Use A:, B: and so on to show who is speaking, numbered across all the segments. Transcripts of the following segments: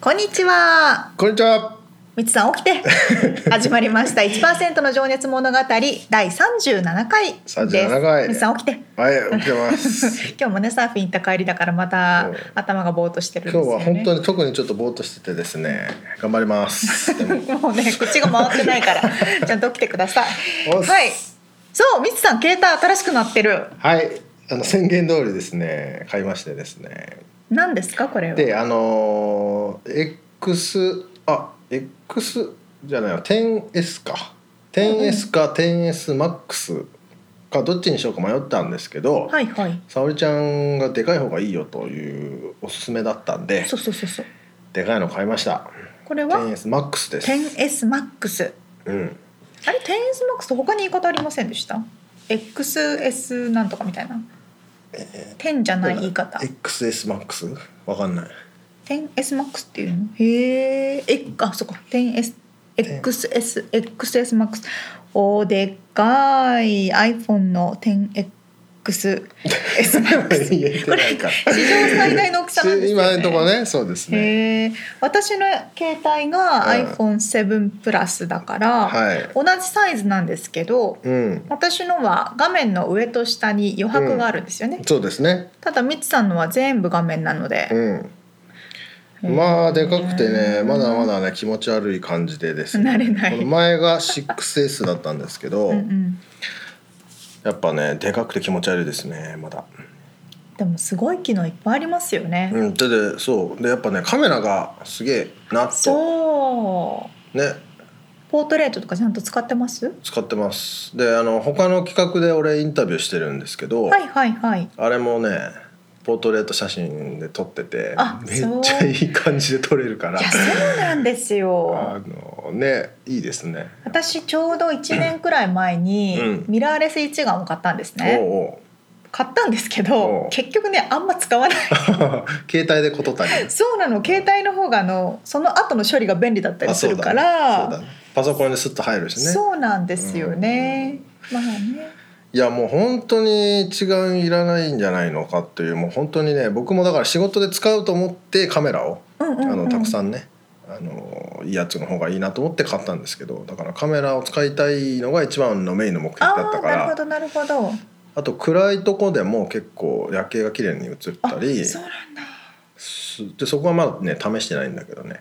A: こんにちは
B: こんにちは。
A: みつさん起き て始まりました1%の情熱物語第37回です
B: 37回
A: みつさん起き て
B: はい、起きて ます。
A: 今日もねサーフィン行った帰りだからまた
B: うん
A: 頭がぼーっとしてるんで
B: 今
A: す
B: 日
A: よ
B: は
A: ね
B: 本当に特にちょっとぼーっとしててですね、頑張り ます。でも
A: もうね口が回ってないから ちゃんと起きてください
B: おっす
A: はいそうみつさん携帯新しくなってる
B: はい、あの宣言通りですね、買いましてですね。
A: 何ですかこれは
B: で、あのー X あ X じゃないわ、10S か、10S か 10SMAX かどっちにしようか迷ったんですけど、
A: はいはい
B: 沙織ちゃんがでかい方がいいよというおすすめだったんで
A: そ、うそうそうそう
B: でかいの買いました。
A: これは
B: 10SMAX です。
A: 10SMAX
B: うん。
A: あれ 10SMAX と他に言い方ありませんでした XS なんとかみたいな10じゃない言い方
B: XS マックスわかんない
A: 10SMAX っていうのへええあそっか 10SXSXSMAX おーでかい iPhone の 10XSMAX
B: 言えてないから
A: 史上最大の大きさなんですよね
B: 今のところねそうですね
A: へえ私の携帯が
B: うん
A: iPhone7 プラスだから、
B: はい
A: 同じサイズなんですけど
B: うん
A: 私のは画面の上と下に余白があるんですよね、
B: そうですね
A: ただみつさんのは全部画面なので、
B: うんまあでかくて
A: う
B: ね
A: ん
B: まだまだね気持ち悪い感じでです
A: 慣
B: ね
A: れない
B: この前が 6S だったんですけど
A: うんうん
B: やっぱねでかくて気持ち悪いですねまだ
A: でもすごい機能いっぱいありますよね。
B: うんででそうでやっぱねカメラがすげえなと
A: そう。
B: ね
A: ポートレートとかちゃんと使ってます？
B: 使ってますであの他の企画で俺インタビューしてるんですけど
A: はいはいはい。
B: あれもねポートレート写真で撮ってて
A: あ
B: めっちゃいい感じで撮れるから
A: いやそうなんですよ。
B: あのねいいですね。
A: 私ちょうど1年くらい前に
B: うん
A: ミラーレス一眼を買ったんですね。
B: おう
A: 買ったんですけど
B: おう
A: 結局ねあんま使わない。
B: おう 携帯でこと足りる
A: そうなの携帯の方があのその後の処理が便利だったり
B: あ
A: す
B: そ
A: る
B: うだね
A: か
B: そうだ
A: ら。
B: ねパソコンにスッと入るしね
A: そうなんですよね。まあね。
B: いやもう本当に一眼いらないんじゃないのかっていうもう本当にね僕もだから仕事で使うと思ってカメラを
A: うんう
B: あ
A: ん、うん。
B: のたくさんねあのいいやつの方がいいなと思って買ったんですけどだからカメラを使いたいのが一番のメインの目的だ
A: あ
B: った
A: あ
B: か
A: なる
B: ら
A: ほどなるほど。
B: あと暗いとこでも結構夜景が綺麗に映ったり
A: あそうなんだ。
B: すでそこはまだね試してないんだけどね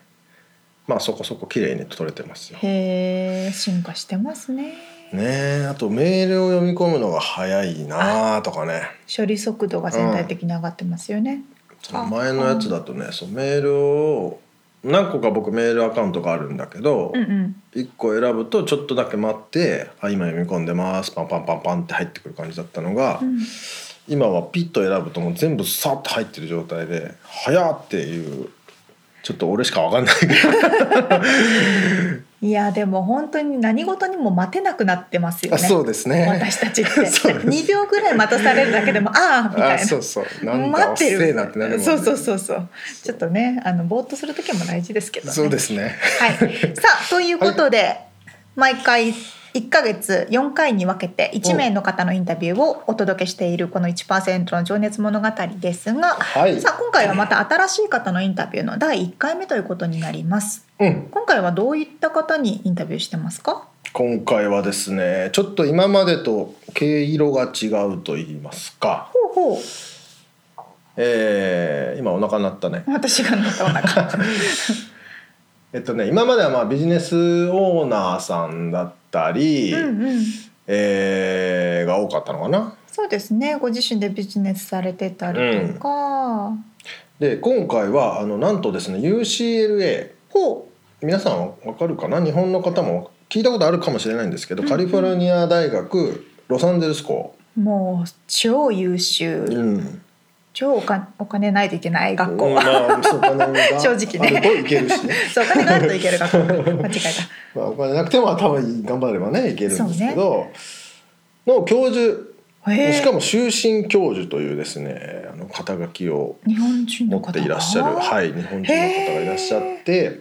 B: まあそこそこ綺麗に撮れてますよ。ね
A: へえ進化してますね
B: えあとメールを読み込むのが早いなとかね
A: 処理速度が全体的に上がってますよね、
B: その前のやつだとねそうメールを何個か僕メールアカウントがあるんだけど、
A: うん、うん
B: 1個選ぶとちょっとだけ待って「あ今読み込んでます」パンパンパンパンって入ってくる感じだったのが、
A: うん
B: 今はピッと選ぶともう全部さっと入ってる状態で「早っ!」っていうちょっと俺しかわかんないけど
A: いやでも本当に何事にも待てなくなってますよ
B: あ
A: ね
B: そうですね。
A: 私たちって
B: そうです
A: 2秒ぐらい待たされるだけでもああみた
B: あ
A: い
B: そ
A: な
B: うそうなん
A: 待
B: か
A: っ
B: おってせえ
A: る
B: なってなるもんね
A: そうそうそうそうちょっとねあのぼーっとする時も大事ですけど、ね、
B: そうですね
A: はい、さあということで、毎回1ヶ月4回に分けて1名の方のインタビューをお届けしているこの1%の情熱物語ですが、
B: はい
A: さあ今回はまた新しい方のインタビューの第1回目ということになります。
B: うん
A: 今回はどういった方にインタビューしてますか？
B: 今回はですねちょっと今までと毛色が違うと言いますか
A: ほうほ
B: えー今お腹鳴ったね
A: う、私が乗ったお腹。
B: えっとね今まではまあビジネスオーナーさんだったり、
A: うんうん。
B: えーが多かったのかな
A: そうですねご自身でビジネスされてたりとか、
B: で今回はあのなんとですね UCLA
A: ほ
B: 皆さんわわかるかな日本の方も聞いたことあるかもしれないんですけど、カリフォルニア大学ロサンゼルス校、
A: うもう超優秀、
B: うん、
A: 超お金お金ないといけない学校、
B: うんまあ、そうお金 が
A: 正直ね
B: あるといける しね、
A: そうお金があるといける学校間違え
B: まあ、お金なくても頭に頑張ればねいけるんですけど、の教授
A: たへえ
B: しかも終身教授というですねあの肩書きを
A: 日本人
B: 持
A: の
B: っ
A: 方
B: ていらっしゃる、
A: い、
B: はい、日本人の方がいらっしゃって、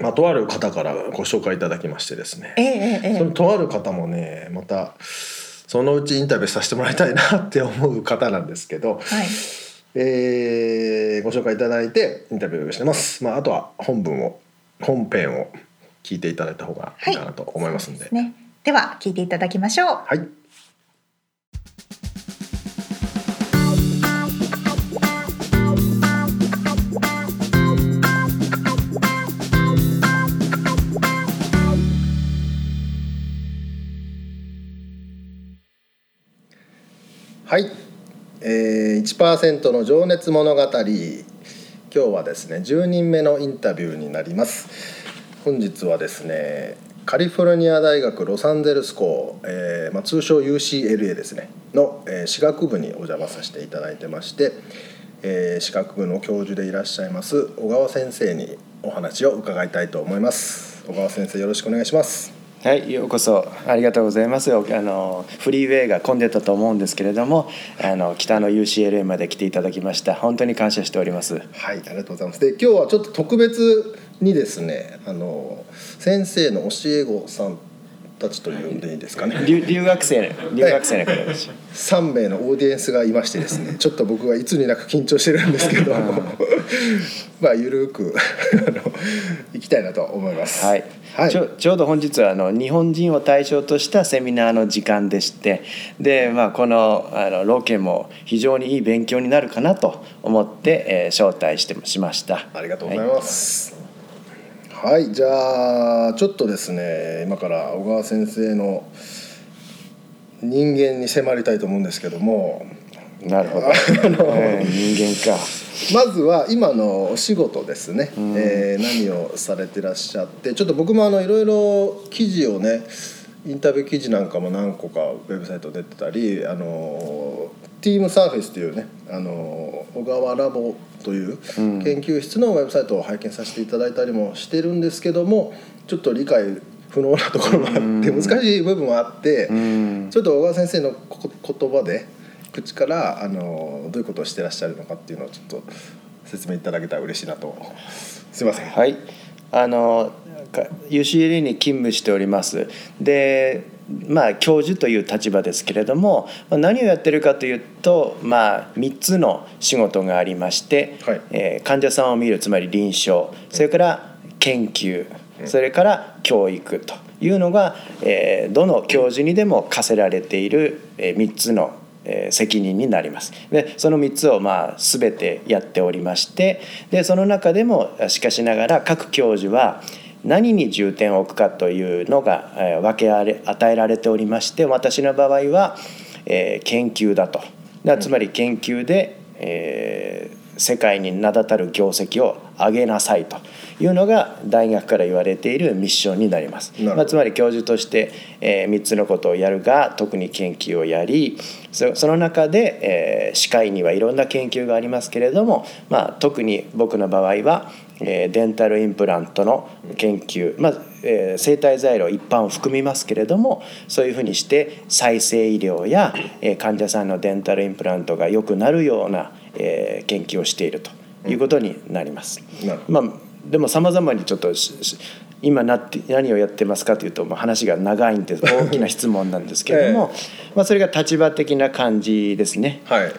B: まあ、とある方からご紹介いただきましてですね
A: えええええ
B: そのとある方もねまたそのうちインタビューさせてもらいたいなって思う方なんですけど、
A: えはい
B: えーご紹介いただいてインタビューしてます、まあ、あとは本文を本編を聞いていただいた方がいいかなと思いますんで。
A: ねでは聞いていただきましょう
B: はいはい、えー、1%の情熱物語今日はですね10人目のインタビューになります本日はですねカリフォルニア大学ロサンゼルス校、えーまあ、通称 UCLA ですねの、えー、歯学部にお邪魔させていただいてまして、えー、歯学部の教授でいらっしゃいます小川先生にお話を伺いたいと思います小川先生よろしくお願いします
C: はい、ようこそありがとうございますあのフリーウェイが混んでたと思うんですけれどもあの北の UCLA まで来ていただきました本当に感謝しております
B: はい、ありがとうございます。で、今日はちょっと特別にですね、あの先生の教え子さんたちと呼んでいいですかね。
C: 留留学生留学生の方です、
B: 3名のオーディエンスがいましてです ね、ちょっと僕はいつになく緊張してるんですけど、 まあゆるく あの行きたいなと思います。
C: はい、
B: はい
C: ちょちょうど本日はあの日本人を対象としたセミナーの時間でしてで、まあ、このあのロケも非常にいい勉強になるかなと思って、えー招待してしました
B: ありがとうございます。はい、じゃあちょっとですね、今から小川先生の人間に迫りたいと思うんですけども。
C: はいなる ほど、うん人間か
B: まずは今のお仕事ですね、えー何をされてらっしゃってちょっと僕もあのいろいろ記事をねインタビュー記事なんかも何個かウェブサイト出てたりあのティームサーフェスというねあの小川ラボという研究室のウェブサイトを拝見させていただいたりもしてるんですけどもちょっと理解不能なところもあって難しい部分もあってちょっと小川先生のこ言葉で口からあのどういうことをしてらっしゃるのかっていうのをちょっと説明いただけたら嬉しいなとすいませんはい、
C: はい、あのか UCLA に勤務しておりますでまあ教授という立場ですけれどもまあ何をやってるかというと、まあ、3つの仕事がありまして、
B: はい
C: えー患者さんを見るつまり臨床それから研究それから教育というのが、えーどの教授にでも課せられている、え3つのえー責任になりますでその3つをまあ全てやっておりましてでその中でもしかしながら各教授は何に重点を置くかというのが、えー分けあれ与えられておりまして私の場合は、えー研究だとだつまり研究で、えー世界に名だたる業績を上げなさいというのが大学から言われているミッションになります。
B: なるほど
C: まあつまり教授として、え3つのことをやるが特に研究をやりそその中で、えー歯科医にはいろんな研究がありますけれども、まあ、特に僕の場合は、えーデンタルインプラントの研究、まあえー生体材料一般を含みますけれどもそういうふうにして再生医療や、えー患者さんのデンタルインプラントが良くなるような、えー研究をしているということになります。
B: なるほど
C: まあ、でもさまざまにちょっとしし今なって何をやってますかというと、まあ、話が長 いんです大きな質問なんですけれども、まあ、それが立場的な感じですね。はい、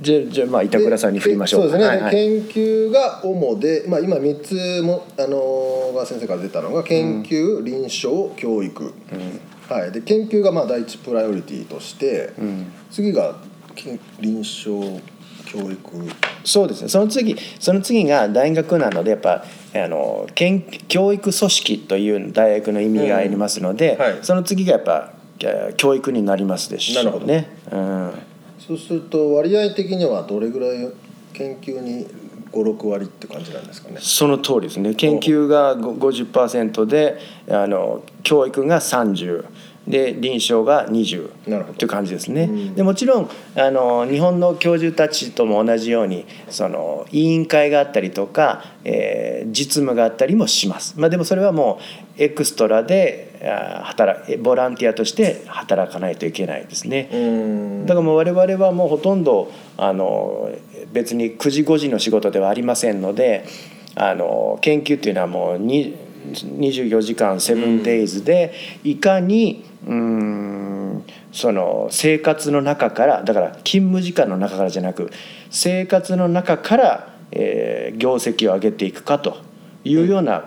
C: じゃあじゃあまあ板倉さんに振りましょう
B: でそうですね、
C: はいはい
B: 研究が主で、まあ、今3つもあの小川先生から出たのが研究、臨床教育、はい、で研究がまあ第一プライオリティとして、次がけん臨床教育
C: そうですねその次その次が大学なのでやっぱあの研教育組織という大学の意味がありますので、
B: うんはい
C: その次がやっぱえー教育になりますでしょう
B: なるほど
C: ね。うん
B: そうすると割合的にはどれぐらい研究に56割って感じなんですかね
C: その通りですね研究がご50%であの教育が30で臨床が20
B: なるほど
C: という感じですね。
B: うん
C: でもちろんあの日本の教授たちとも同じようにその委員会があったりとか、えー実務があったりもします。まあ、でもそれはもうエクストラであー働ボランティアとして働かないといけないですね。
B: うん
C: だからもう我々はもうほとんどあの別に9時5時の仕事ではありませんのであの研究っていうのはもうに24時間7 days でいかにうんその生活の中からだから勤務時間の中からじゃなく生活の中から、えー業績を上げていくかというような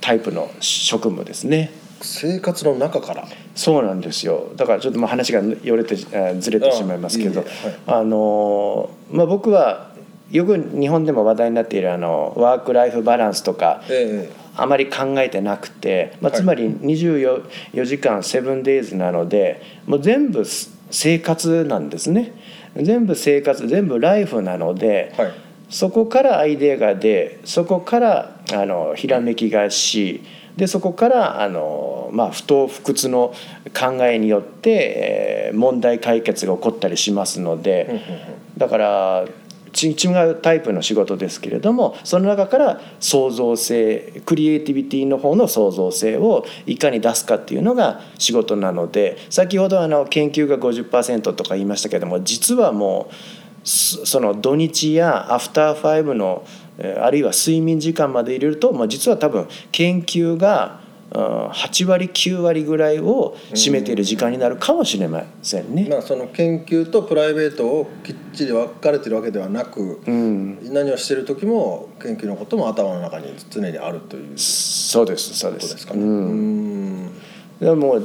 C: タイプの職務ですね。
B: 生活の中から
C: そうなんですよだからちょっとまあ話がよれてえーずれてしまいますけど
B: あいえい
C: あのーまあ、僕はよく日本でも話題になっているあのワーク・ライフ・バランスとか
B: え
C: あまり考えてなくて、まあ、
B: はい
C: つまり24時間 7days なのでもう全部す生活なんですね全部生活全部ライフなので、
B: はい
C: そこからアイデアが出そこからあのひらめきがしでそこからあの、まあ、不当不屈の考えによって、えー問題解決が起こったりしますので。だからち違うタイプの仕事ですけれどもその中から創造性クリエイティビティの方の創造性をいかに出すかっていうのが仕事なので先ほどあの研究が50%とか言いましたけども実はもうすその土日やアフターファイブのえーあるいは睡眠時間まで入れると、まあ、実は多分研究がうん8割9割ぐらいを占めている時間になるかもしれません
B: え
C: ね。
B: まあその研究とプライベートをきっちり分かれてるわけではなく、
C: うん
B: 何をしてる時も研究のことも頭の中に常にあるという
C: そうですそうで
B: こと
C: す
B: ですかね。
C: うん
B: うん
C: でも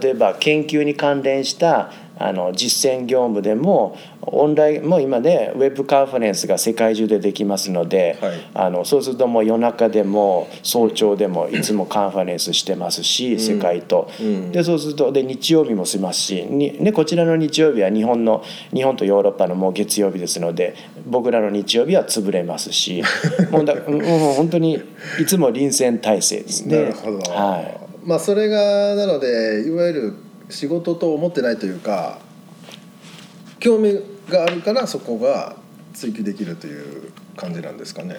C: 例えば研究に関連したあの実践業務でもオンラインもう今ねウェブカンファレンスが世界中でできますので、
B: はい
C: あのそうするともう夜中でも早朝でもいつもカンファレンスしてますし、世界と、
B: うん
C: でそうするとで日曜日もしますしに、ね、こちらの日曜日は日本の日本とヨーロッパのもう月曜日ですので僕らの日曜日は潰れま すしもうだ、うん、もう本当にいつも臨戦態勢ですね。
B: なるほど、
C: はい
B: まあそれがなのでいわゆる仕事と思ってないというか興味があるからそこが追求できるという感じなんですかね。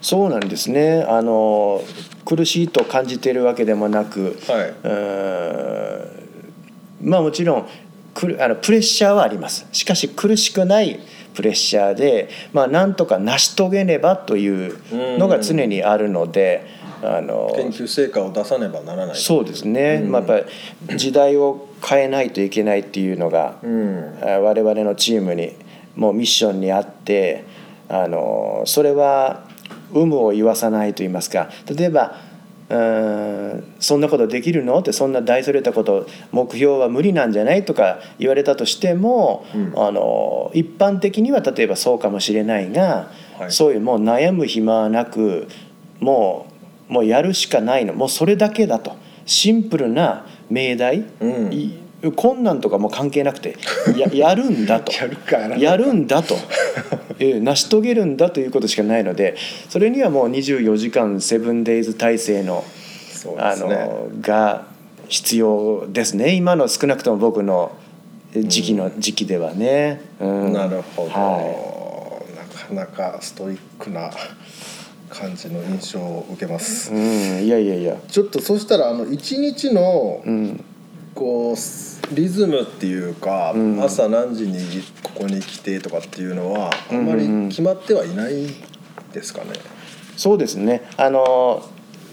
C: そうなんですねあの苦しいと感じているわけでもなく、
B: はいう
C: ーんまあもちろんくるあのプレッシャーはありますしかし苦しくないプレッシャーで、まあ、なんとか成し遂げねばというのが常にあるので。あの
B: 研究成果を出さねばならない。
C: そうですね、まあ、やっぱり時代を変えないといけないっていうのが、
B: うん
C: あ我々のチームにもうミッションにあってあのそれは有無を言わさないと言いますか例えばうーん「そんなことできるの?」ってそんな大それたこと目標は無理なんじゃないとか言われたとしても、あの一般的には例えばそうかもしれないが、
B: はい
C: そういうもう悩む暇はなくもうもうやるしかないのもうそれだけだとシンプルな命題、
B: うん
C: い困難とかも関係なくて ややるんだと
B: やるかやらないか
C: やるん だと、えー成し遂げるんだということしかないのでそれにはもう24時間 7days 体制の,、
B: そうで
C: あ
B: すね
C: のが必要ですね今の少なくとも僕の時期の、時期ではね。うん
B: なるほど、
C: はい
B: なかなかストイックな感じの印象を受けます。
C: うん、いやいやいや、
B: ちょっとそしたらあの一日の
C: うん、
B: こうリズムっていうか、
C: ん
B: 朝何時にここに来てとかっていうのはあんまり決まってはいないですかね。
C: そうですねあの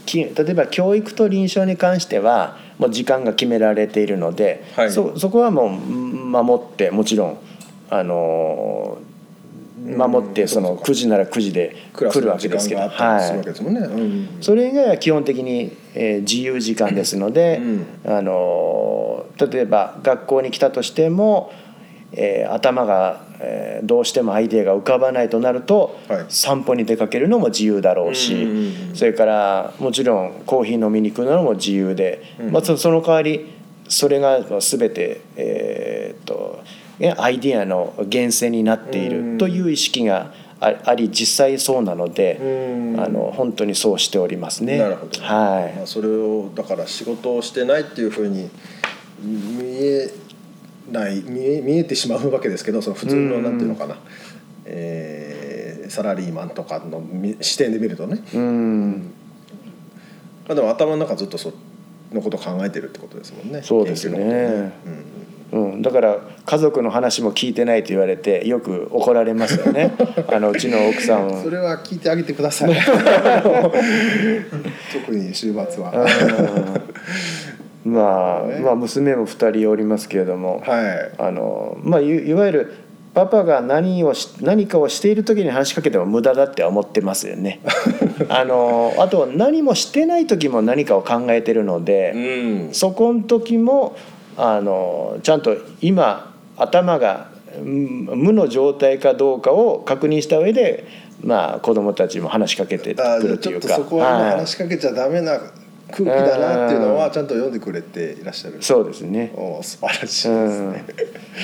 C: き例えば教育と臨床に関してはもう時間が決められているので、
B: はい
C: そそこはもううん守ってもちろんあの守ってその9時なら9時で
B: クラ
C: 来
B: ス
C: る
B: の
C: わけ
B: 時
C: で
B: 間
C: すけど、
B: があったりするわけですもんね。うん
C: それ以外は基本的に、えー自由時間ですので、あのー例えば学校に来たとしても、えー頭が、えーどうしてもアイデアが浮かばないとなると、
B: はい
C: 散歩に出かけるのも自由だろうし、
B: うんうんうん
C: それからもちろんコーヒー飲みに行くのも自由で、まあ、そその代わりそれが全て、えーっとねアイディアの源泉になっているという意識がああり実際そうなので
B: うん
C: あの本当にそうしておりますね。
B: なるほど、ま
C: は
B: あ、それをだから仕事をしてないっていうふうに見えない見え見えてしまうわけですけどその普通のなんていうのかな、えーサラリーマンとかのみ視点で見るとね、
C: い、うん
B: まあ、でも頭の中ずっとそのことを考えてるってことですもんね
C: そうです
B: 研究のこと
C: ね。うん、だから家族の話も聞いてないと言われてよく怒られますよ ねあのうちの奥さん
B: それは聞いてあげてください 特に週末は
C: うんまあ、まあ娘も2人おりますけれども、
B: はい
C: あのまあ、いいわゆるパパが何をし何かをしている時に話しかけても無駄だって思ってますよね。 あのあと何もしてない時も何かを考えてるので、
B: うん
C: そこの時もあのちゃんと今頭がうん無の状態かどうかを確認した上で、まあ、子供たちも話しかけてく
B: あーじゃ
C: る
B: あ
C: と
B: ち
C: い
B: ょ
C: う
B: っと
C: か
B: そこは今
C: はい
B: 話しかけちゃダメな空気だなっていうのはちゃんと読んでくれていらっしゃる
C: そうですね。
B: おー素晴らしいです
C: う
B: ね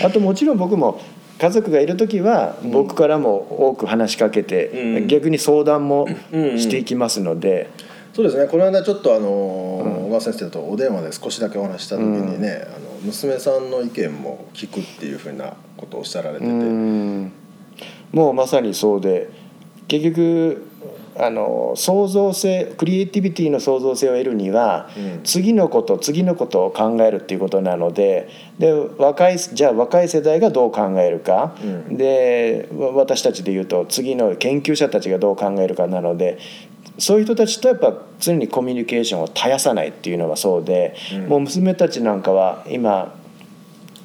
C: ん、あともちろん僕も家族がいる時は僕からも多く話しかけて、
B: うん
C: 逆に相談も
B: うん
C: していきますので、
B: そうですねこの間ちょっとあのー小川先生とお電話で少しだけお話しした時にね、あの娘さんの意見も聞くっていうふうなことをおっしゃられてて、
C: うんもうまさにそうで結局あの創造性クリエイティビティの創造性を得るには、
B: うん
C: 次のこと次のことを考えるっていうことなのでで若いじゃあ若い世代がどう考えるか、
B: うん
C: でわ私たちで言うと次の研究者たちがどう考えるかなのでそういう人たちとやっぱ常にコミュニケーションを絶やさないっていうのはそうで、
B: うん
C: もう娘たちなんかは今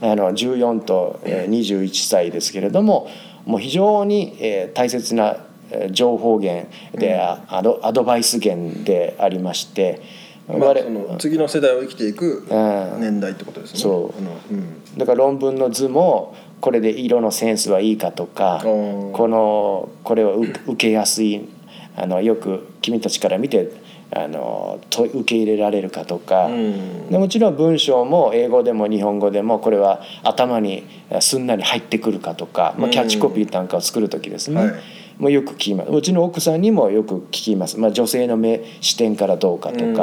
C: あの14とえー21歳ですけれどももう非常にえー大切なえー情報源で、あアドアドバイス源でありまして、
B: まあ、
C: 我
B: その次の世代を生きていく
C: うん
B: 年代ってことですね。
C: そう
B: あのうん
C: だから論文の図もこれで色のセンスはいいかとか
B: ー
C: このこれを受受けやすいあのよく君たちから見てあのと受け入れられるかとか、
B: うん
C: でもちろん文章も英語でも日本語でもこれは頭にすんなり入ってくるかとか、まあ、キャッチコピーなんかを作る時ですね、
B: はい
C: もうよく聞きますうちの奥さんにもよく聞きます、まあ、女性の目視点からどうかとか。
B: うん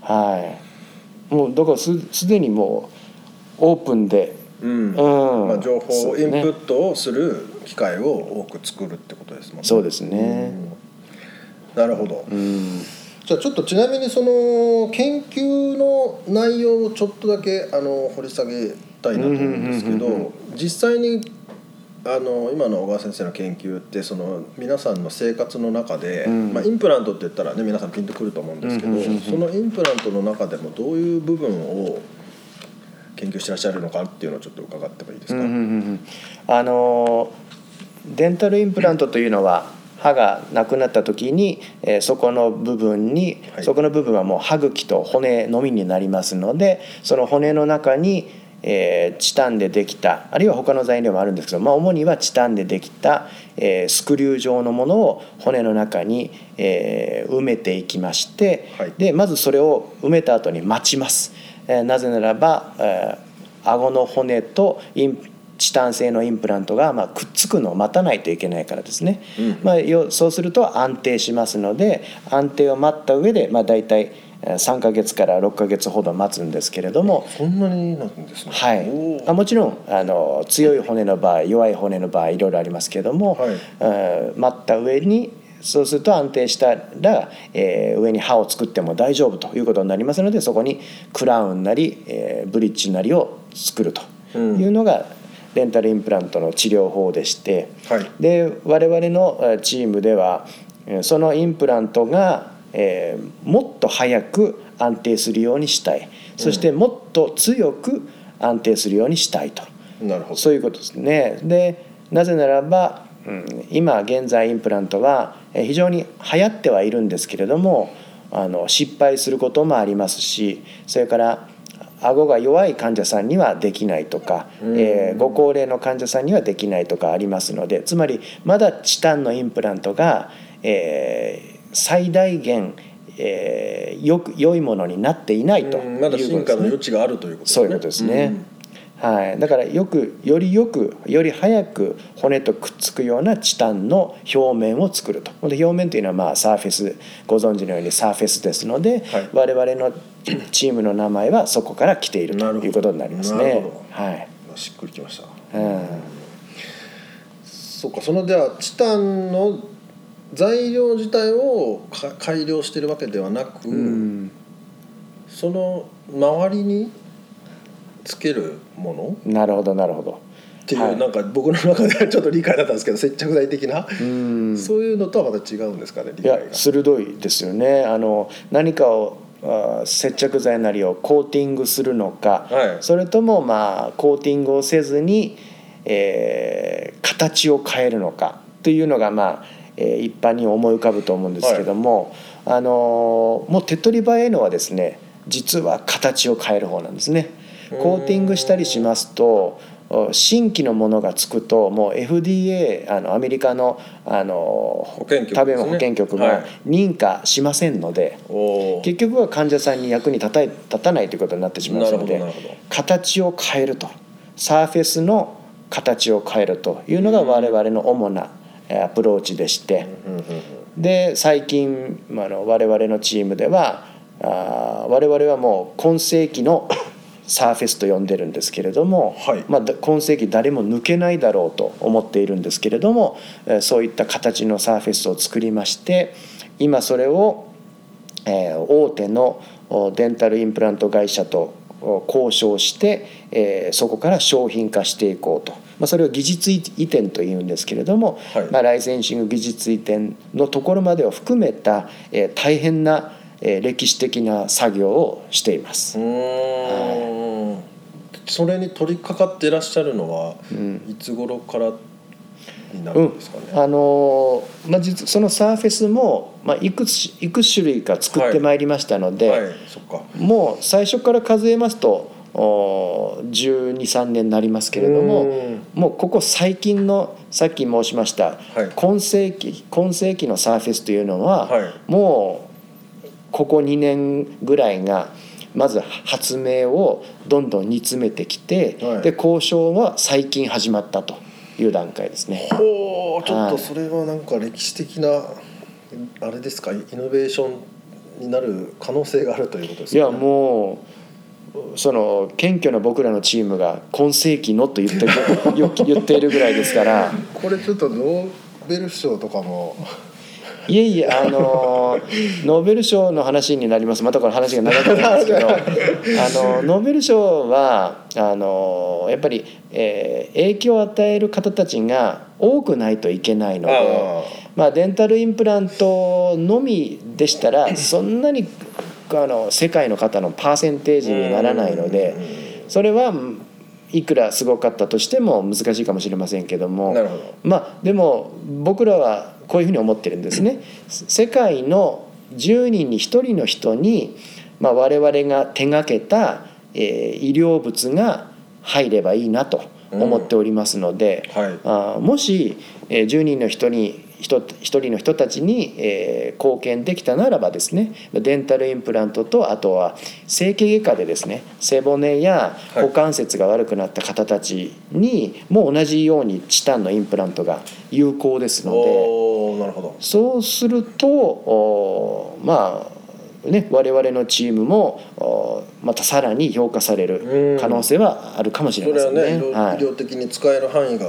C: はい。もうだからすすでにもうオープンで、
B: うん
C: うん
B: まあ、情報をインプッ
C: そうね
B: トをする機会を多く作るってことですもんね。
C: そうですね。
B: なるほど、
C: うん。
B: じゃあちょっとちなみにその研究の内容をちょっとだけあの掘り下げたいなと思うんですけ
C: うんうんうんうんう
B: ど実際にあの今の小川先生の研究ってその皆さんの生活の中で、
C: ん
B: まあ、インプラントって言ったらね皆さんピンとくると思うんですけど、
C: うんうんうんうん
B: そのインプラントの中でもどういう部分を研究してらっしゃるのかっていうのをちょっと伺ってもいいです
C: うん
B: か、
C: うんうんうんあのーデンタルインプラントというのは歯がなくなった時に、えーそこの部分に、
B: はい
C: そこの部分はもう歯茎と骨のみになりますのでその骨の中に、えーチタンでできたあるいは他の材料もあるんですけど、まあ、主にはチタンでできた、えースクリュー状のものを骨の中に、えー埋めていきまして、
B: はい
C: でまずそれを埋めた後に待ちます、えーなぜならば、えー顎の骨とインチタン製のインプラントが、まあ、くっつくのを待たないといけないからですね、
B: うん
C: まあ、よそうすると安定しますので安定を待った上で、まあ、大体えー3ヶ月から6ヶ月ほど待つんですけれども、
B: そんなになるんですね
C: はい
B: お、ー
C: あもちろんあの強い骨の場合弱い骨の場合いろいろありますけれども、
B: はい
C: えー待った上にそうすると安定したら、えー上に歯を作っても大丈夫ということになりますのでそこにクラウンなり、えーブリッジなりを作るというのが、デンタルインプラントの治療法でして、
B: はい
C: で我々のえーチームではえーそのインプラントが、えーもっと早く安定するようにしたいそしてもっと強く安定するようにしたいと、
B: なるほど
C: そういうことですね。でなぜならば、うん今現在インプラントはえー非常に流行ってはいるんですけれどもあの失敗することもありますしそれから顎が弱い患者さんにはできないとか、
B: うん
C: えーご高齢の患者さんにはできないとかありますのでつまりまだチタンのインプラントが、えー最大限えーよく良いものになっていないといううこ
B: ま
C: と
B: だ
C: です
B: 進化の
C: ね
B: 余地があるということ
C: そういうことですね。はい、だからよくよりよくより早く骨とくっつくようなチタンの表面を作るとで表面というのはまあサーフェスご存知のようにサーフェスですので、
B: はい
C: 我々の チームの名前はそこから来ている
B: な
C: と
B: るほど
C: いうことになります
B: なる
C: ね
B: ほ。
C: はい
B: うんしっくりきました
C: うん
B: そうかそのじゃあチタンの材料自体をか改良してるわけではなく、
C: うん
B: その周りにつけるもの
C: なるほどなるほど。
B: っていう、
C: はい
B: なんか僕の中ではちょっと理解だったんですけど接着剤的な、
C: うん
B: そういうのとはまた違うんですかね理
C: いや
B: 解が。
C: 鋭いですよねあの何かをあー接着剤なりをコーティングするのか、
B: はい
C: それともまあコーティングをせずに、えー形を変えるのかというのがまあ、えー一般に思い浮かぶと思うんですけども、あのーもう手っ取り早いのはですね実は形を変える方なんですね。コーティングしたりしますとお新規のものがつくともう FDA あのアメリカのあの
B: 保健局です
C: 食
B: ね
C: べ物保健局
B: はい
C: が認可しませんので、
B: おー
C: 結局は患者さんに役に立たい立たないということになってしまいますので
B: なるほどなるほど
C: 形を変えるとサーフェスの形を変えるというのが我々の主なえーアプローチでして、
B: うんうんうん
C: で最近まああの我々のチームではあー我々はもう今世紀の サーフェスと呼んでるんですけれども、
B: はい
C: まあ、だ今世紀誰も抜けないだろうと思っているんですけれどもえーそういった形のサーフェスを作りまして今それを、えー大手のおデンタルインプラント会社とお交渉して、えーそこから商品化していこうと、まあ、それを技術移転というんですけれども、
B: はい
C: まあ、ライセンシング技術移転のところまでを含めた、えー大変な、えー歴史的な作業をしています。
B: うーんそれに取り掛かっていらっしゃるのは、いつ頃からになるんですかね、
C: うんあのーまあ、実そのサーフェスも、まあ、いくついく種類か作ってまいりましたので、
B: はいそっか
C: もう最初から数えますと1 2 3年になりますけれど
B: う
C: も
B: ん
C: もうここ最近のさっき申しました、
B: い
C: 今世紀今世紀のサーフェスというのは、
B: はい
C: もうここ2年ぐらいがまず発明をどんどん煮詰めてきて、
B: はい
C: で交渉は最近始まったという段階ですね。
B: ほうちょっ
C: は
B: と
C: い
B: それはなんか歴史的なあれですかイノベーションになる可能性があるということです
C: い
B: かね
C: やもうその謙虚な僕らのチームが今世紀のと言ってる よ言っているぐらいですから
B: これちょっとノーベル賞とかも
C: いえいえあのノーベル賞の話になりますまたこれ話が長くなるんですけどあのノーベル賞はあのやっぱり、えー影響を与える方たちが多くないといけないので。まあ、デンタルインプラントのみでしたらそんなにあの世界の方のパーセンテージにならないの
B: うんうんうん
C: でそれはいくらすごかったとしても難しいかもしれませんけども
B: なるほど
C: まあでも僕らはこういうふうに思ってるんですね。世界の10人に1人の人に、まあ、我々が手がけた、えー医療物が入ればいいなと思っておりますので、
B: はい
C: あーもし、えー10人の人に人一人の人たちに、えー貢献できたならばですねデンタルインプラントとあとは整形外科でですね背骨や
B: はい
C: 股関節が悪くなった方たちにも同じようにチタンのインプラントが有効ですので
B: おおなるほど
C: そうするとおーまあね我々のチームもおーまたさらに評価され
B: うん
C: る可能性はあるかもし
B: そ
C: れま
B: れ
C: せ
B: は
C: んね。
B: ね、医療
C: はい
B: 医療的に使える範囲が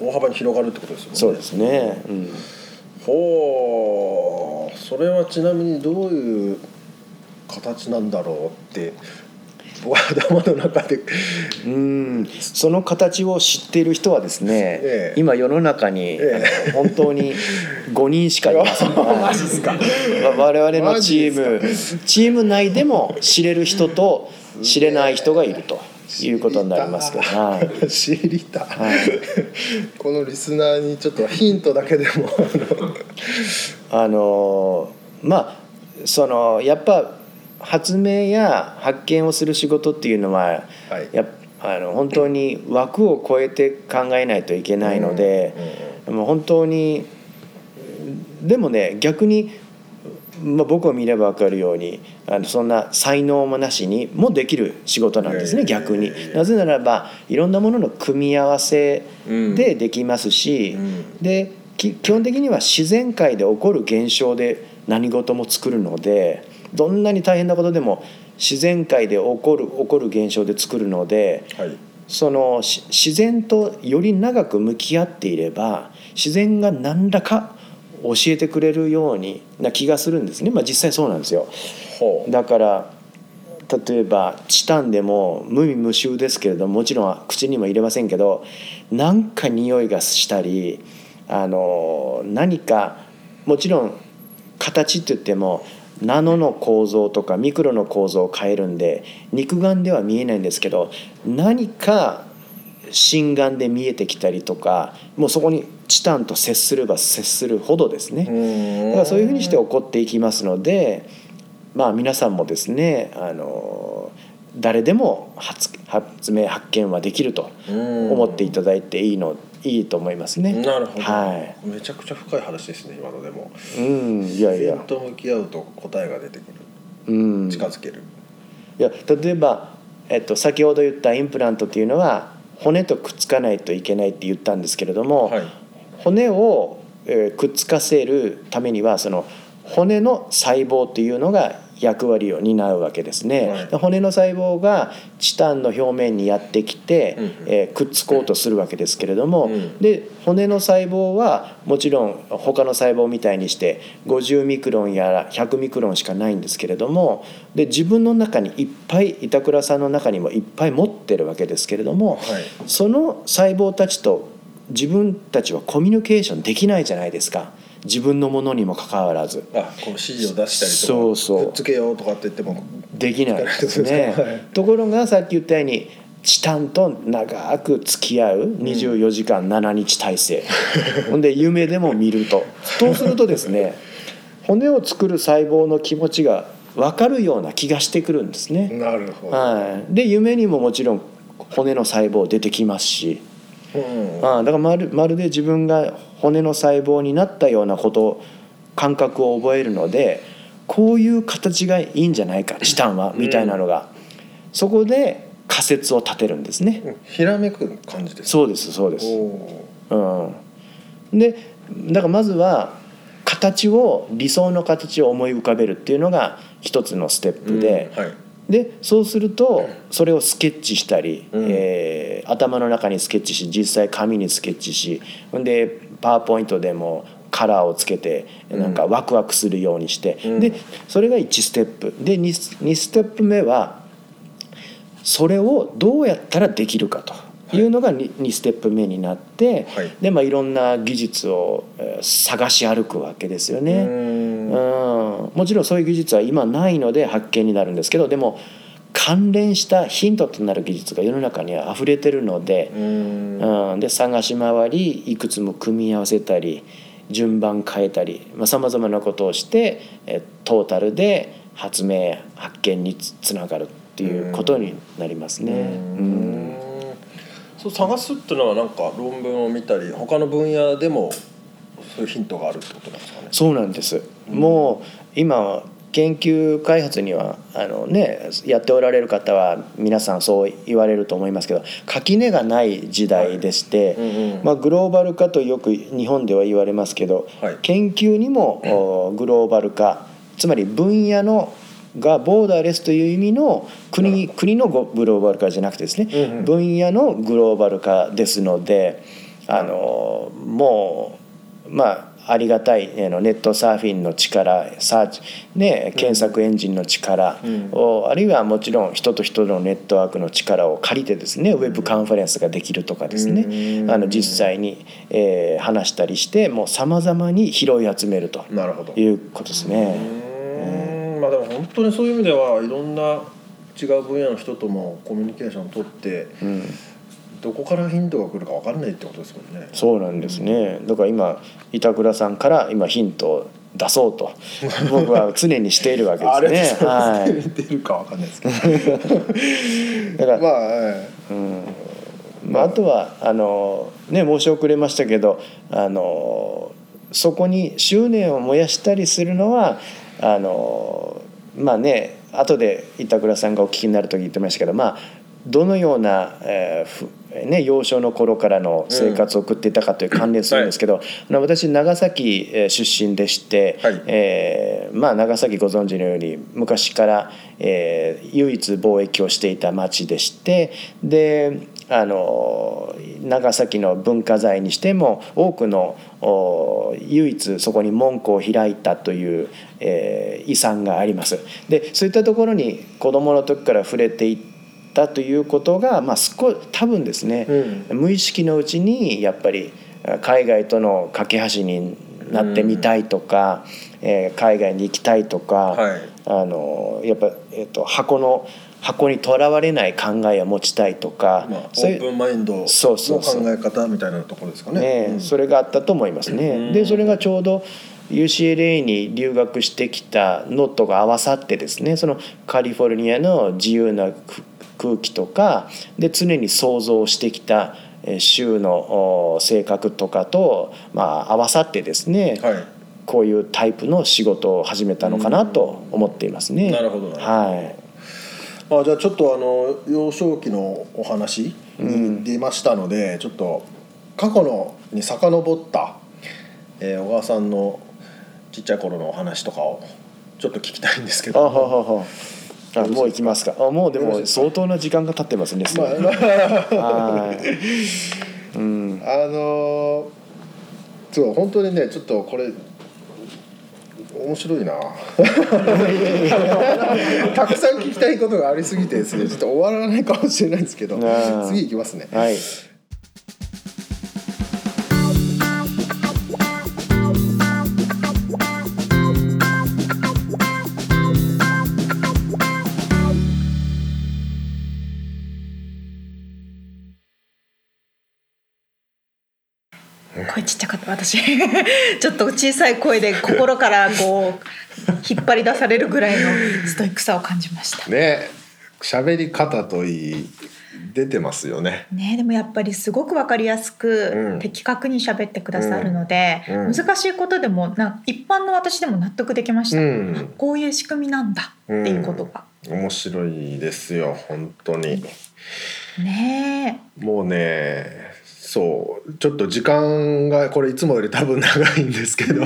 B: 大幅に広がるってことですよね
C: そうですね、うん
B: ほうそれはちなみにどういう形なんだろうって 僕は頭の中で
C: うんその形を知っている人はですね、
B: ええ
C: 今世の中に、
B: え
C: あの本当に5人しかいま せんマジですか我々のチームチーム内でも知れる人と知れない人がいるということになりますけど、はい
B: 知りたい、
C: はい
B: このリスナーにちょっとヒントだけでも
C: あのまあそのやっぱ発明や発見をする仕事っていうのは、
B: はい
C: やっあの本当に枠を超えて考えないといけないので、もう本当にでもね逆にまあ、僕を見れば分かるようにあのそんな才能もなしにもできる仕事なんですね
B: いやいや
C: 逆
B: いやい
C: に
B: や
C: なぜならばいろんなものの組み合わせでできますし、
B: うん
C: でき基本的には自然界で起こる現象で何事も作るのでどんなに大変なことでも自然界で起こる起こる現象で作るので
B: はい
C: そのし自然とより長く向き合っていれば自然が何らか教えてくれるようにな気がするんですね、まあ、実際そうなんですよ
B: ほう
C: だから例えばチタンでも無味無臭ですけれどもちろん口にも入れませんけどなんか匂いがしたりあの何かもちろん形って言ってもナノの構造とかミクロの構造を変えるんで肉眼では見えないんですけど何か心眼で見えてきたりとかもうそこにチタンと接すれば接するほどですね。だからそういうふうにして起こっていきますので、まあ、皆さんもですねあの誰でも発発明発見はできると思
B: 思
C: っていただいていいのいいと思いますね。
B: なるほど、
C: は
B: めちゃくちゃ深い話ですね今のでも
C: い、うんいやい
B: 自
C: や
B: 然、と向き合うと答えが出てくる
C: うん、
B: 近づける、
C: いや例えば、えっと、先ほど言ったインプラントっていうのは骨とくっつかないといけないって言ったんですけれども、
B: はい
C: 骨を、えーくっつかせるためにはその骨の細胞というのが役割を担うわけですね、
B: はい
C: で骨の細胞がチタンの表面にやってきて、
B: うんうん
C: えーくっつこうとするわけですけれども、
B: うん
C: で骨の細胞はもちろん他の細胞みたいにして50ミクロンやら100ミクロンしかないんですけれどもで自分の中にいっぱい板倉さんの中にもいっぱい持ってるわけですけれど
B: は
C: も、
B: い
C: その細胞たちと自分たちはコミュニケーションできないじゃないですか自分のものにもかかわらず
B: あこう指示を出したりとか
C: そうそう
B: くっつけようとかって言っても
C: できないです
B: できないはい
C: ね。ところがさっき言ったようにチタンと長く付き合う24時間7日体制、ほんで夢でも見るとそうするとですね骨を作る細胞の気持ちが分かるような気がしてくるんですね。
B: なるほど、
C: はい、で夢にももちろん骨の細胞出てきます
B: う
C: し。
B: ん
C: ああだからまるまるで自分が骨の細胞になったようなこと感覚を覚えるのでこういう形がいいんじゃないかチタンはみたいなのが、そこで仮説を立てるんですね。
B: ひらめく感じです
C: そうですそうです。
B: お
C: うん、でだからまずは形を理想の形を思い浮かべるっていうのが一つのステッ
B: ー
C: プで、
B: うんはい
C: でそうするとそれをスケッチしたり、
B: うん
C: えー頭の中にスケッチし実際紙にスケッチしほんでパワーポイントでもカラーをつけて
B: うん
C: なんかワクワクするようにして、
B: うん
C: でそれが1ステップで 2, 2ステップ目はそれをどうやったらできるかと。いうのが 2, ステップ目になって、
B: はい
C: でまあいろんな技術をえー探し歩くわけですよね。
B: うん
C: うんもちろんそういう技術は今ないので発見になるんですけどでも関連したヒントとなる技術が世の中には溢れてるので,、
B: うん
C: うん、で探し回りいくつも組み合わせたり順番変えたりさまざ、まなことをしてえトータルで発明発見につつながるっていうことになりますね。うん
B: そう探すっていうのはなんか論文を見たり他の分野でもそういうヒントがあるってことなんですかね。
C: そうなんです。もう今は研究開発にはあのねやっておられる方は皆さんそう言われると思いますけど垣根がない時代でして、
B: うんうん
C: まあ、グローバル化とよく日本では言われますけど、
B: はい
C: 研究にも、おグローバル化つまり分野のがボーダーレスという意味の国国のごグローバル化じゃなくてですね、
B: うんうん
C: 分野のグローバル化ですのであのもうまあありがたいあのネットサーフィンの力サーチ、ね、検索エンジンの力を、あるいはもちろん人と人のネットワークの力を借りてですねウェブカンファレンスができるとかです
B: う
C: ね
B: ん
C: あの実際に、えー話したりしてもうさまざまに拾い集めると
B: なるほど。
C: いうことですね。
B: うんまあでも本当にそういう意味ではいろんな違う分野の人ともコミュニケーションを取って、
C: うん
B: どこからヒントが来るか分かんないってことですもんね。
C: そうなんですね。だから今板倉さんから今ヒントを出そうと僕は常にしているわけ
B: あれ
C: ですね。は
B: 似てるか分かんないですけど。
C: い。だから
B: まあ、え
C: まあ、あとはあのね申し遅れましたけどあのそこに執念を燃やしたりするのはあのまあね後で板倉さんがお聞きになる時言ってましたけどまあどのような、えーふね、幼少の頃からの生活を送っていたかという関連するんですけど、あの私長崎えー出身でして、
B: はい
C: えーまあ、長崎ご存知のように昔から、えー唯一貿易をしていた町でしてであの長崎の文化財にしても多くのお唯一そこに門戸を開いたという、えー遺産があります。でそういったところに子どもの時から触れていったということが、まあ、少多分ですね、無意識のうちにやっぱりあ海外との架け橋になってみたいとか、えー海外に行きたいとか、
B: はい
C: あのやっぱ、えっと箱の箱にとらわれない考えを持ちたいとか、
B: まあ、オ
C: そうい
B: ー
C: う
B: プンマインドの
C: そうそうそう
B: 考え方みたいなところですかね。
C: ね
B: うん
C: それがあったと思いますね。
B: うん
C: でそれがちょうど UCLA に留学してきたノットが合わさってですねそのカリフォルニアの自由なく空気とかで常に想像してきたえー州のお性格とかと、まあ、合わさってですね、
B: はい、
C: こういうタイプの仕事を始めたのかなと思っていますね。
B: なるほどなるほど
C: はい
B: あじゃあちょっとあの幼少期のお話に出ましたので、ちょっと過去のに遡った、えー小川さんのちっちゃい頃のお話とかをちょっと聞きたいんですけ
C: あ
B: ど。
C: はははあもう行きますか。あもうで
B: よろしい
C: も
B: です
C: 相当な時間が経ってますね。すで
B: ま
C: に
B: あ
C: はい。うん。
B: あのーそう本当にねちょっとこれ面白いな たくさん聞きたいことがありすぎてですねちょっと終わらないかもしれないんですけど
C: あー
B: 次いきますね
C: はい。
A: 声ちっちゃかった私 ちょっと小さい声で心からこう引っ張り出されるぐらいのストイックさを感じました
B: ね喋り方といい出てますよね
A: ね、でもやっぱりすごくわかりやすく、
B: うん
A: 的確に喋ってくださるので、
B: うんうん
A: 難しいことでもな一般の私でも納得できました、
B: うん
A: あこういう仕組みなんだっていうことが、
B: 面白いですよ本当に
A: ね
B: もうねそうちょっと時間がこれいつもより多分長いんですけど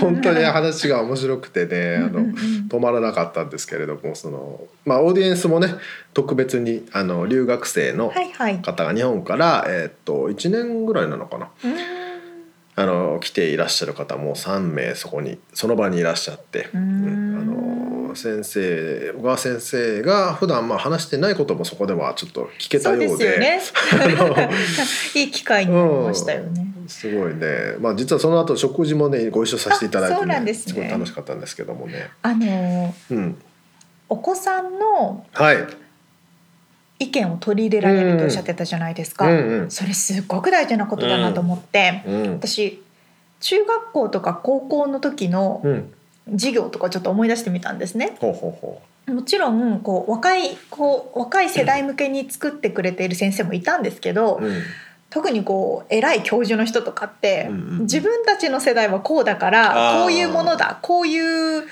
B: 本当に話が面白くてね
A: え、うん
B: あ
A: うんう
B: の
A: ん
B: 止まらなかったんですけれどもその、まあ、オーディエンスもね特別にあの留学生の
A: はいはい、
B: 方が日本から、えーっと1年ぐらいなのかな
A: うん
B: あの来ていらっしゃる方も3名そこにその場にいらっしゃって、
A: うーん
B: うんあの先生小川先生が普段まあ話してないこともそこではちょっと聞けた
A: そ
B: よ
A: う
B: うで
A: ですよね いい機会になりましたよね、
B: すごいね、まあ、実はその後食事もねご一緒させていただいて、
A: あそうなんですね
B: ごい楽しかったんですけどもね、
A: あの
B: うん、
A: お子さんの
B: はい、
A: 意見を取り入れられるとおっしゃってたじゃないですか、
B: うんうん
A: それすごく大事なことだなと思って、
B: うん
A: 私中学校とか高校の時の
B: うん、
A: 授業とかちょっと思い出してみたんですね。
B: ほうほうほ
A: もちろんこう若いこう若い世代向けに作ってくれている先生もいたんですけど、
B: う、うん、
A: 特にこう偉い教授の人とかって、
B: うんうん
A: 自分たちの世代はこうだか
B: あ
A: ら
B: ー
A: こういうものだこういう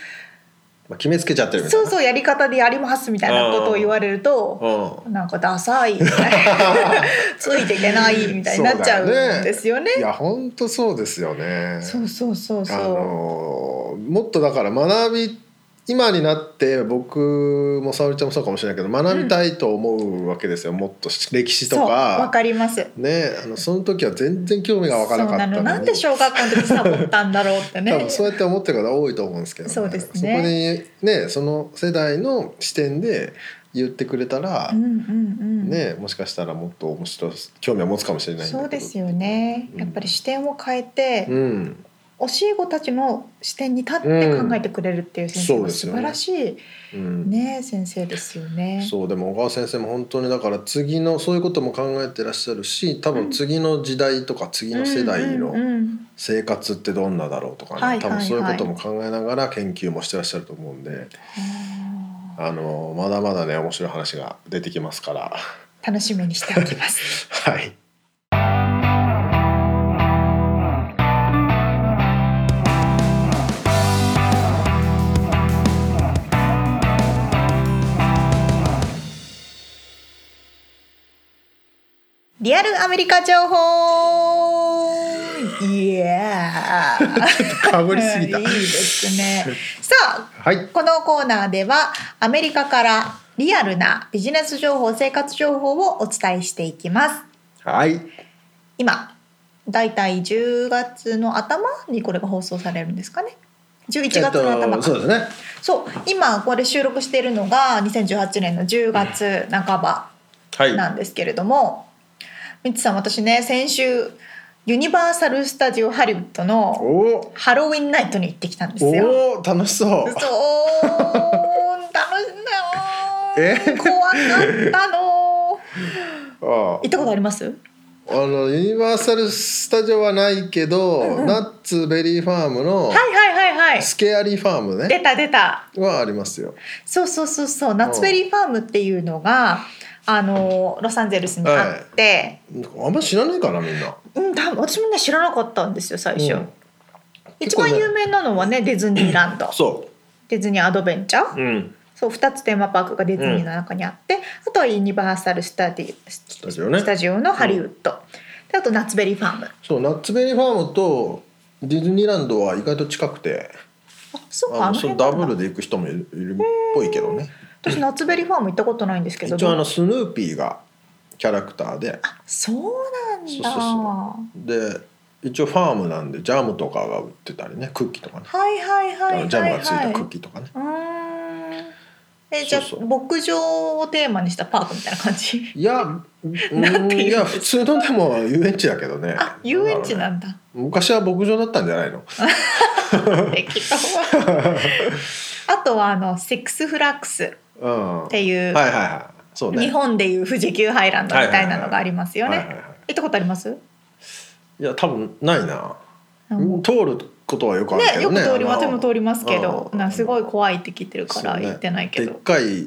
B: まあ、決めつけちゃってるみたい
A: そう
B: な
A: そうやり方でやりますみたいなことを言われると。
B: そ
A: なんかダサいみたい なついていけないみたいになっちゃうんですよね。
B: いや本当そうですよね
A: そうそうそうそう。
B: あのもっとだから学び今になって僕も沙織ちゃんもそうかもしれないけど学びたいと思うわけですよ、もっと歴史と
A: そうわ
B: か
A: かります。
B: ねあのその時は全然興味がわからなかったの
A: そう
B: に
A: なのなんで小学校の時サボったんだろうってね
B: 多分そうやって思ってる方多いと思うんですけど、
A: そうです
B: そ
A: ね
B: こにねその世代の視点で言ってくれたら、
A: うんうんうん、
B: ねもしかしたらもっと面白い興味を持つかもしれないんだけど
A: そうですよね、
B: うん
A: やっぱり視点を変えて、
B: うん
A: 教え子たちの視点に立って考えてくれるっていう先生
B: うん
A: は素晴らしい、
B: うん
A: ね先生ですよね。
B: そうでも小川先生も本当にだから次のそういうことも考えてらっしゃるし多分次の時代とか次の世代
A: うんうん
B: の
A: うん
B: 生活ってどんなだろうとかね、
A: はいはい
B: 多
A: はい
B: 分そういうことも考えながら研究もしてらっしゃると思うんで
A: あ
B: あのまだまだね面白い話が出てきますから
A: ー楽しみにしておきます。
B: はい。
A: リアルアメリカ情報イエー
B: かぶりすぎた
A: いいですねさあ
B: はい
A: このコーナーではアメリカからリアルなビジネス情報生活情報をお伝えしていきます
B: はい
A: 今だいたい10月の頭にこれが放送されるんですかね11月の
B: え
A: 頭か
B: っとそうですね
A: そう今これ収録しているのが2018年の10月半ば
B: はい
A: なんですけれども、みちさん私ね先週ユニバーサル・スタジオ・ハリウッドの
B: おお
A: ハロウィンナイトに行ってきたんですよ。
B: おお楽しそう
A: そう楽しんだよ
B: え
A: ー怖かったのー
B: あ
A: 行ったことあります
B: ああのユニバーサル・スタジオはないけど、ナッツベリーファームの
A: はいはいはいはい
B: スケアリーファームね、
A: 出た出た
B: はありますよ
A: そうそうそうそうナッツベリーファームっていうのがあのーロサンゼルスにあって、
B: あんま知らないかなみんな、
A: うん多分私もね知らなかったんですよ最初、
B: うん
A: 一番
B: 結構ね
A: 有名なのはねディズニーランド
B: そ
A: ディズニーアドベンチャー
B: ううん
A: そう2つテーマパークがディズニーの中にあって、あとはユニバーサル・スタディス
B: タジオね
A: スタジオのハリウッド、であとナッツベリーファーム
B: そうナッツベリーファームとディズニーランドは意外と近くて
A: あそうか
B: あ
A: あ
B: の
A: の
B: その
A: 辺な
B: ダ
A: んだ
B: ブルで行く人もいるいるっぽいけどね
A: 私ナッツベリーファーム行ったことないんですけど
B: 一応あのスヌーピーがキャラクターで
A: あそうなんだ
B: そうそうそで一応ファームなんでジャムとかが売ってたりねクッキーとかね、
A: はいはいはいはいはい
B: ジャムがついたクッキーとかね
A: うーんえじゃあ
B: そうそう
A: 牧場をテーマにしたパークみたいな感 じ
B: いや、う
A: なんて
B: ーん、
A: いうん
B: いや普通のでも遊園地だけどね
A: あ遊園地なんだ
B: 昔は牧場だったんじゃないの
A: 適当 あとはあのセックスフラックス
B: うん
A: っていう、
B: はいはいはいそうね
A: 日本でいう富士急ハイランドみたいなのがありますよね、
B: はいはいはい
A: 行ったことあります
B: いや多分ないな
A: あの
B: 通ることはよくあるけ
A: ね、よく
B: どね
A: 通ります
B: あ
A: 私
B: の
A: も通りますけど
B: うん
A: なんかすごい怖いって聞いてるから
B: そうね
A: 行ってないけど、
B: でっかい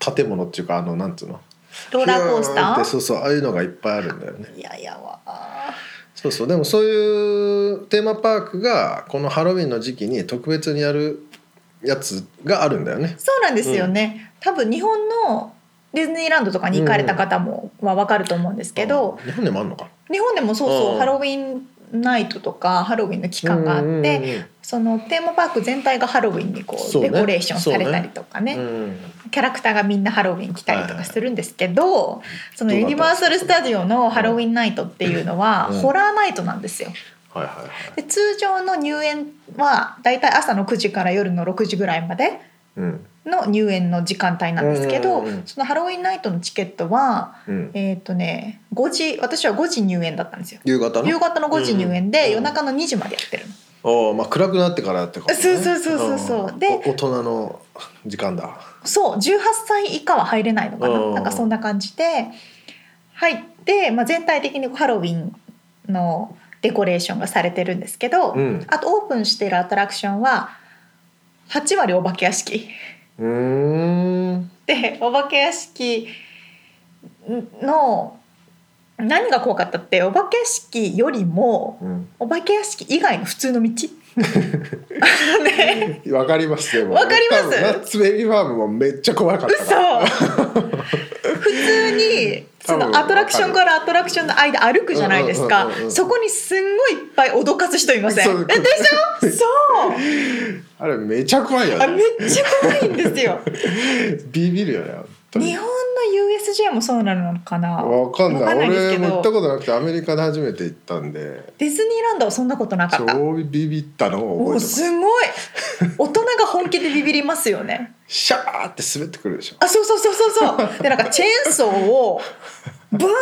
B: た建物っていうかあのなんつうの
A: ローラーコースタ
B: ひゃって
A: ー
B: そうそうああいうのがいっぱいあるんだよね
A: いやいやわ
B: そうそうでもそういうテーマパークがこのハロウィンの時期に特別にやるやつがあるんだよね
A: そうなんですよね、多分日本のディズニーランドとかに行かれた方もは分かると思うんですけど、
B: うん日本でもあるのか
A: 日本でもそうそう、
B: うん
A: ハロウィンナイトとかハロウィンの期間があって、
B: うんうんうん
A: そのテーマパーク全体がハロウィンにこう
B: そうね
A: デコレーションされたりとかね
B: うん
A: キャラクターがみんなハロウィン来たりとかするんですけど、その
B: どう
A: ユ
B: だっ
A: ニ
B: た
A: バーサル・スタジオのハロウィンナイトっていうのは
B: うん
A: ホラーナイトなんですよ。
B: はいはいはい
A: で通常の入園はだいたい朝の9時から夜の6時ぐらいまで
B: うん
A: の入園の時間帯なんですけど、
B: うんうんうん
A: そのハロウィンナイトのチケットは
B: うん
A: えっ、とね5時私は5時入園だったんですよ。
B: 夕方の
A: 夕方の5時入園
B: うんう
A: で
B: ん
A: 夜中の2時までやってるの。
B: おーまあ暗くなってからってことね
A: そうそうそうそうそうんで
B: お大人の時間だ
A: そう18歳以下は入れないのかな、
B: うん
A: なんかそんな感じで入って、まあ、全体的にハロウィンのデコレーションがされてるんですけど、
B: うん
A: あとオープンしているアトラクションは8割お化け屋敷
B: うーん
A: でお化け屋敷の何が怖かったってお化け屋敷よりも
B: うん
A: お化け屋敷以外の普通の道あのね
B: わかりますよ。
A: わかります
B: 多分ナッツベリーファームもめっちゃ怖かったから。
A: 嘘普通にそ
B: 多
A: の
B: 分
A: アトラクションからアトラクションの間歩くじゃないです
B: うん
A: か
B: うんうんうん
A: そこにすんごいいっぱい脅かす人いません
B: そう
A: えでしょそう
B: あれめちゃ怖いよ
A: あめ
B: ね。
A: っちゃ怖いんです よ
B: ビビるよね。本当
A: 日
B: に
A: 本の USJ もそうなのかな
B: わかんない
A: わかんないです
B: 俺
A: け
B: も行
A: ど
B: ったことなくてアメリカで初めて行ったんで
A: ディズニーランドはそんなことなかった
B: 超ビビったのを
A: も
B: 覚え
A: う
B: てます
A: すごい大人が本気でビビりますよね
B: シャーって滑ってくるでしょ
A: あそうそうそうそうそうでなんかチェーンソーをブーンブーン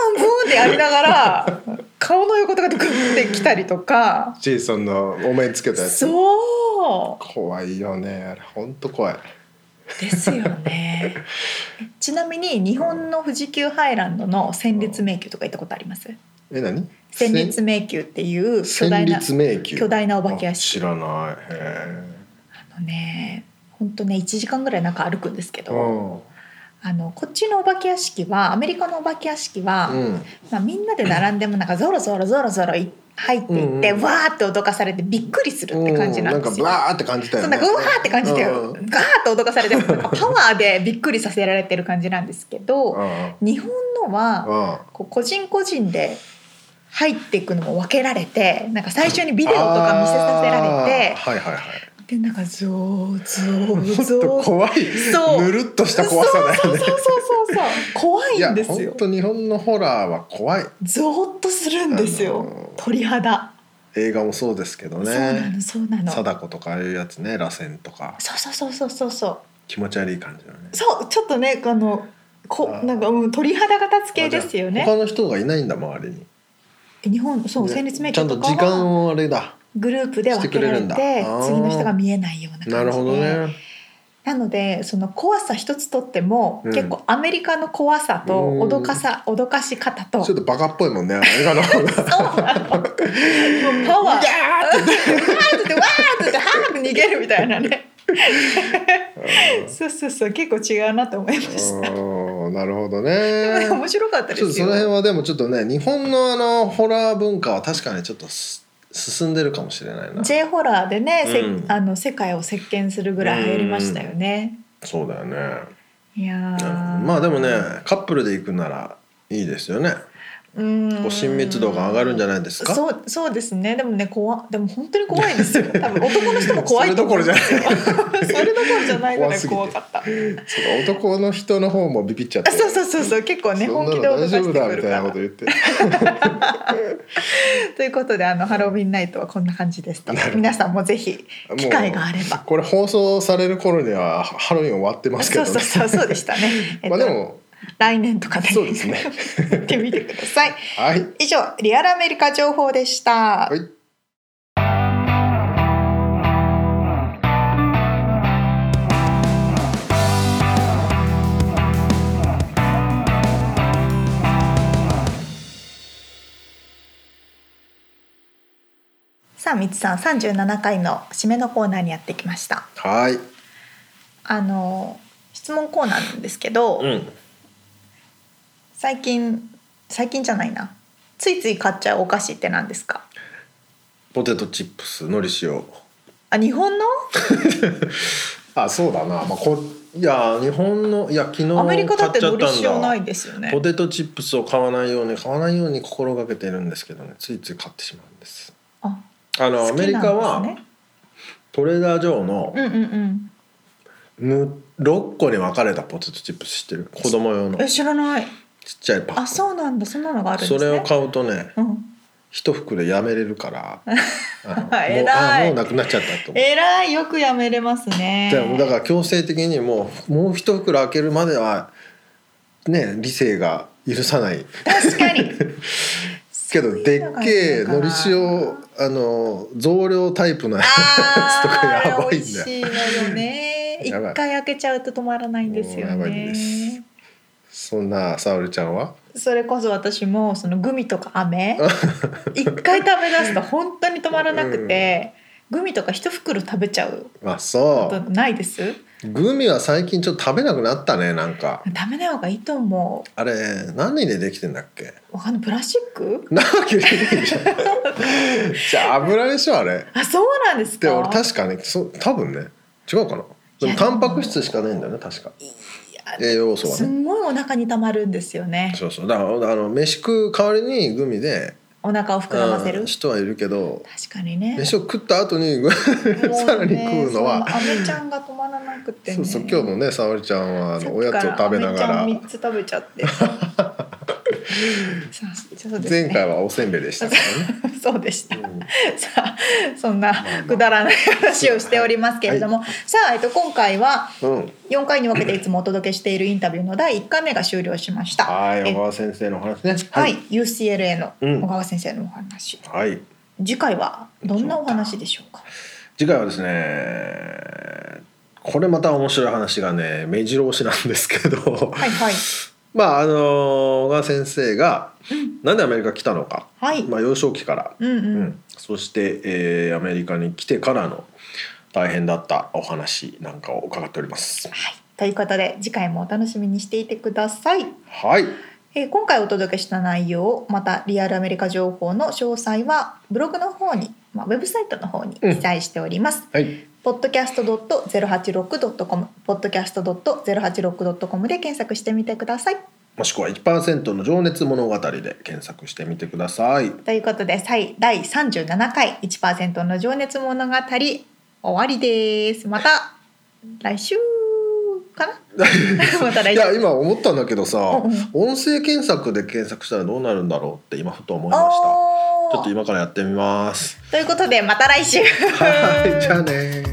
A: ってやりながら顔の横とかでグッてきたりとか
B: ジェイソンのお面つけたやつ
A: そ
B: 怖いよねあれ本当怖いう
A: ですよ ねえちなみに日本の富士急ハイランドの戦慄迷宮とか行ったことあります
B: え何
A: 戦慄迷宮っていう巨大な
B: 戦慄迷宮
A: 巨大なお化け屋敷
B: あ知らないへ
A: あのね本当ね1時間ぐらい中歩くんですけ
B: え
A: ど、
B: うん
A: あのこっちのお化け屋敷はアメリカのお化け屋敷は、
B: うん
A: まあ、みんなで並んでもなんかゾロゾロゾロゾロい入っていって、
B: うんうん
A: わーって脅かされてびっくりするって感じなんです
B: う
A: よ。
B: なんかブワーって感じた
A: そ
B: よ
A: ん
B: ね
A: なうわーって感じでガ
B: う
A: ー
B: ん
A: ッと脅かされてなんかパワーでびっくりさせられてる感じなんですけど
B: うん
A: 日本の方は
B: ああ
A: こう個人個人で入っていくのも分けられてなんか最初にビデオとか見せさせられ
B: あーはいはいはい
A: てでなんかゾーゾー
B: ちょ
A: ゾ
B: っと
A: ー
B: 怖い
A: そう
B: ぬるっとした怖さだ
A: そうそう
B: よね
A: そうそうそう怖いん
B: や
A: です
B: 本
A: よ
B: 当日本のホラーは怖い
A: ゾーッとするんです
B: あ
A: よ
B: の
A: 鳥肌、
B: 映画もそうですけど
A: そうなの
B: ね
A: そうなの
B: 貞子とかああいうやつね螺旋とか
A: そうそうそうそうそうそう
B: 気持ち悪い感じのね
A: そうちょっとねあのこ
B: あー
A: なんか、うん、鳥肌が立つ系ですよ
B: あじゃ
A: ね
B: あ他の人がいないんだ周りに
A: 日本そう
B: ね
A: 戦列名
B: ちゃ
A: 曲
B: んと
A: と
B: 時
A: かは
B: 間をあれだ
A: グループで分けられて
B: してくれるんだあー
A: 次の人が見えないような感じで
B: なるほどね
A: なのでその怖さ一つとっても、
B: うん
A: 結構アメリカの怖さと
B: うん
A: 脅かさ脅かし方と
B: ちょっとバカっぽいもんね 映画の方が
A: そう なのもうパワー「 わー!」って「わー!」って「はー!」って逃げるみたいなねそうそうそう結構違うなと思いました
B: うんなるほど
A: で
B: ね
A: も面白かったで
B: ちょっと
A: す
B: その
A: よ
B: 辺はでもちょっとね日本のあのホラー文化は確かにちょっとす進んでるかもしれないな
A: J ホラーでね、せ
B: うん
A: あの世界を席巻するぐらい流行りましたよね。
B: そうだよね
A: いや
B: なるほど
A: ー
B: まあでもねカップルで行くならいいですよね
A: うん
B: こう親密度が上がるんじゃ
A: ない
B: ないですか
A: そうそうですねでもね怖でも本当に怖い ですよ多分男の人も怖いと思うんですよ それどころじゃないぐらい怖かった
B: そうだ男の人の方もビビっちゃって
A: そうそうそうそう結構ね
B: そん
A: 本
B: な
A: 気
B: の
A: で脅か
B: 大
A: して
B: 丈
A: く
B: 夫
A: るか
B: だみたいな
A: ら
B: こと言って
A: ということであのハロウィンナイトはこんな感じですと
B: なるほど
A: 皆さんもぜひ
B: もう
A: 機会があれば
B: これ放送される頃にはハロウィン終わってますけ
A: そ
B: ど
A: う
B: ね
A: そうそうそうでしたね、えっ
B: ま
A: と
B: あでも
A: 来年とかね
B: そうです ね
A: 行ってみてください
B: はい
A: 以上リアルアメリカ情報でした、
B: はい
A: さあみつさん37回の締めのコーナーにやってきました
B: はい
A: あの質問コーナーなんですけど、
B: うん
A: 最近最近じゃないなついつい買っちゃうお菓子って何ですか
B: ポテトチップスのり塩
A: あ日本の
B: あそうだな、まあ、こいや日本のいや昨日
A: アメリカだってのり
B: 買っちゃった
A: 塩
B: んだ
A: ないですよね
B: ポテトチップスを買わないように買わないように心がけてるんですけどねついつい買ってしまうんです
A: あ
B: あの、ア
A: 好きなんで
B: メ
A: す
B: リ
A: ね
B: カはトレーダー・ジョーの
A: うんうん
B: む6個に分かれたポテトチップス知ってる子供用の
A: うんえ
B: ちっ
A: 知らない
B: ちゃいパック
A: あそうなんだそんなのがあるんです
B: そ
A: ね
B: れを買うとね
A: うん
B: 一袋やめれるから あのもう
A: 偉い
B: あもうなくなっちゃったと思って
A: えらいよくやめれますね
B: でもだから強制的にもうもう一袋開けるまではね理性が許さない
A: 確かに
B: けどでっけえのり塩あの増量タイプのや つとか
A: あー
B: やばい
A: 美
B: ん
A: 味
B: だよ
A: しいのよね一
B: やばい
A: 回開けちゃうと止まらないんですよ
B: もうやばいで
A: ね
B: すそんな沙織ちゃんは
A: それこそ私もそのグミとか 飴一回食べ出すと本当に止まらなくて、グミとか一袋食べちゃう
B: あ
A: こ
B: そ
A: とないです
B: うグミは最近ちょっと食べなくなったねなんか
A: ダメな方がいいと思
B: あれ何でできてんだっけ
A: うわかんないプラスチック
B: なわけないじゃんじゃあ油でしょあれ
A: あそうなんです
B: で
A: か
B: 俺確かねそう多分ね違うかな
A: い
B: でも
A: や
B: タンパク質しかないんだよね確か
A: いや
B: 栄養素は
A: す
B: ね
A: んごいお腹にたまるんですよね
B: そうそうだからあの飯食う代わりにグミで
A: お腹を膨らませ
B: う
A: る
B: ん人はいるけど
A: 確かにね
B: 飯を食った後に
A: も
B: グミ
A: うね
B: さらに食うのは
A: そう飴ちゃんが止まらなくてね
B: そうそう今日もね沙織ちゃんはあ
A: さっ
B: のお
A: き
B: や
A: か
B: つを食べながら
A: 飴ちゃん三つ食べちゃって さあそうですね
B: 前回はおせんべいでしたからね
A: そうでした、
B: ん
A: さあそんなくだらない話をしておりますけれども、さあ、えっと、今回は
B: うん
A: 4回に分けていつもお届けしているインタビューの第1回目が終了しました
B: はい
A: え
B: 小川先生のお話ね
A: はい UCLA の
B: うん
A: 小川先生のお話、
B: はい
A: 次回はどんなお話でしょうか
B: 次回はですねこれまた面白い話がね目白押しなんですけど、
A: はいはい
B: まああの小川先生がなんでアメリカ来たのか、
A: はい
B: まあ、幼少期から、
A: うんうん、
B: うんそして、えーアメリカに来てからの大変だったお話なんかを伺っております。
A: はいということで次回もお楽しみにしていてください
B: はい
A: えー今回お届けした内容またリアルアメリカ情報の詳細はブログの方に、まあ、ウェブサイトの方に記載しております、
B: はい、
A: podcast.086.com podcast.086.com で検索してみてください。
B: もしくは1%の情熱物語で検索してみてください。
A: ということで最第37回1%の情熱物語終わりですまた来週か なまた来
B: い
A: 週
B: や今思ったんだけどさ、
A: うん
B: 音声検索で検索したらどうなるんだろうって今ふと思いました。
A: お
B: ちょ
A: ー
B: っと今からやってみます。
A: ということでまた来週
B: はい、じゃあねー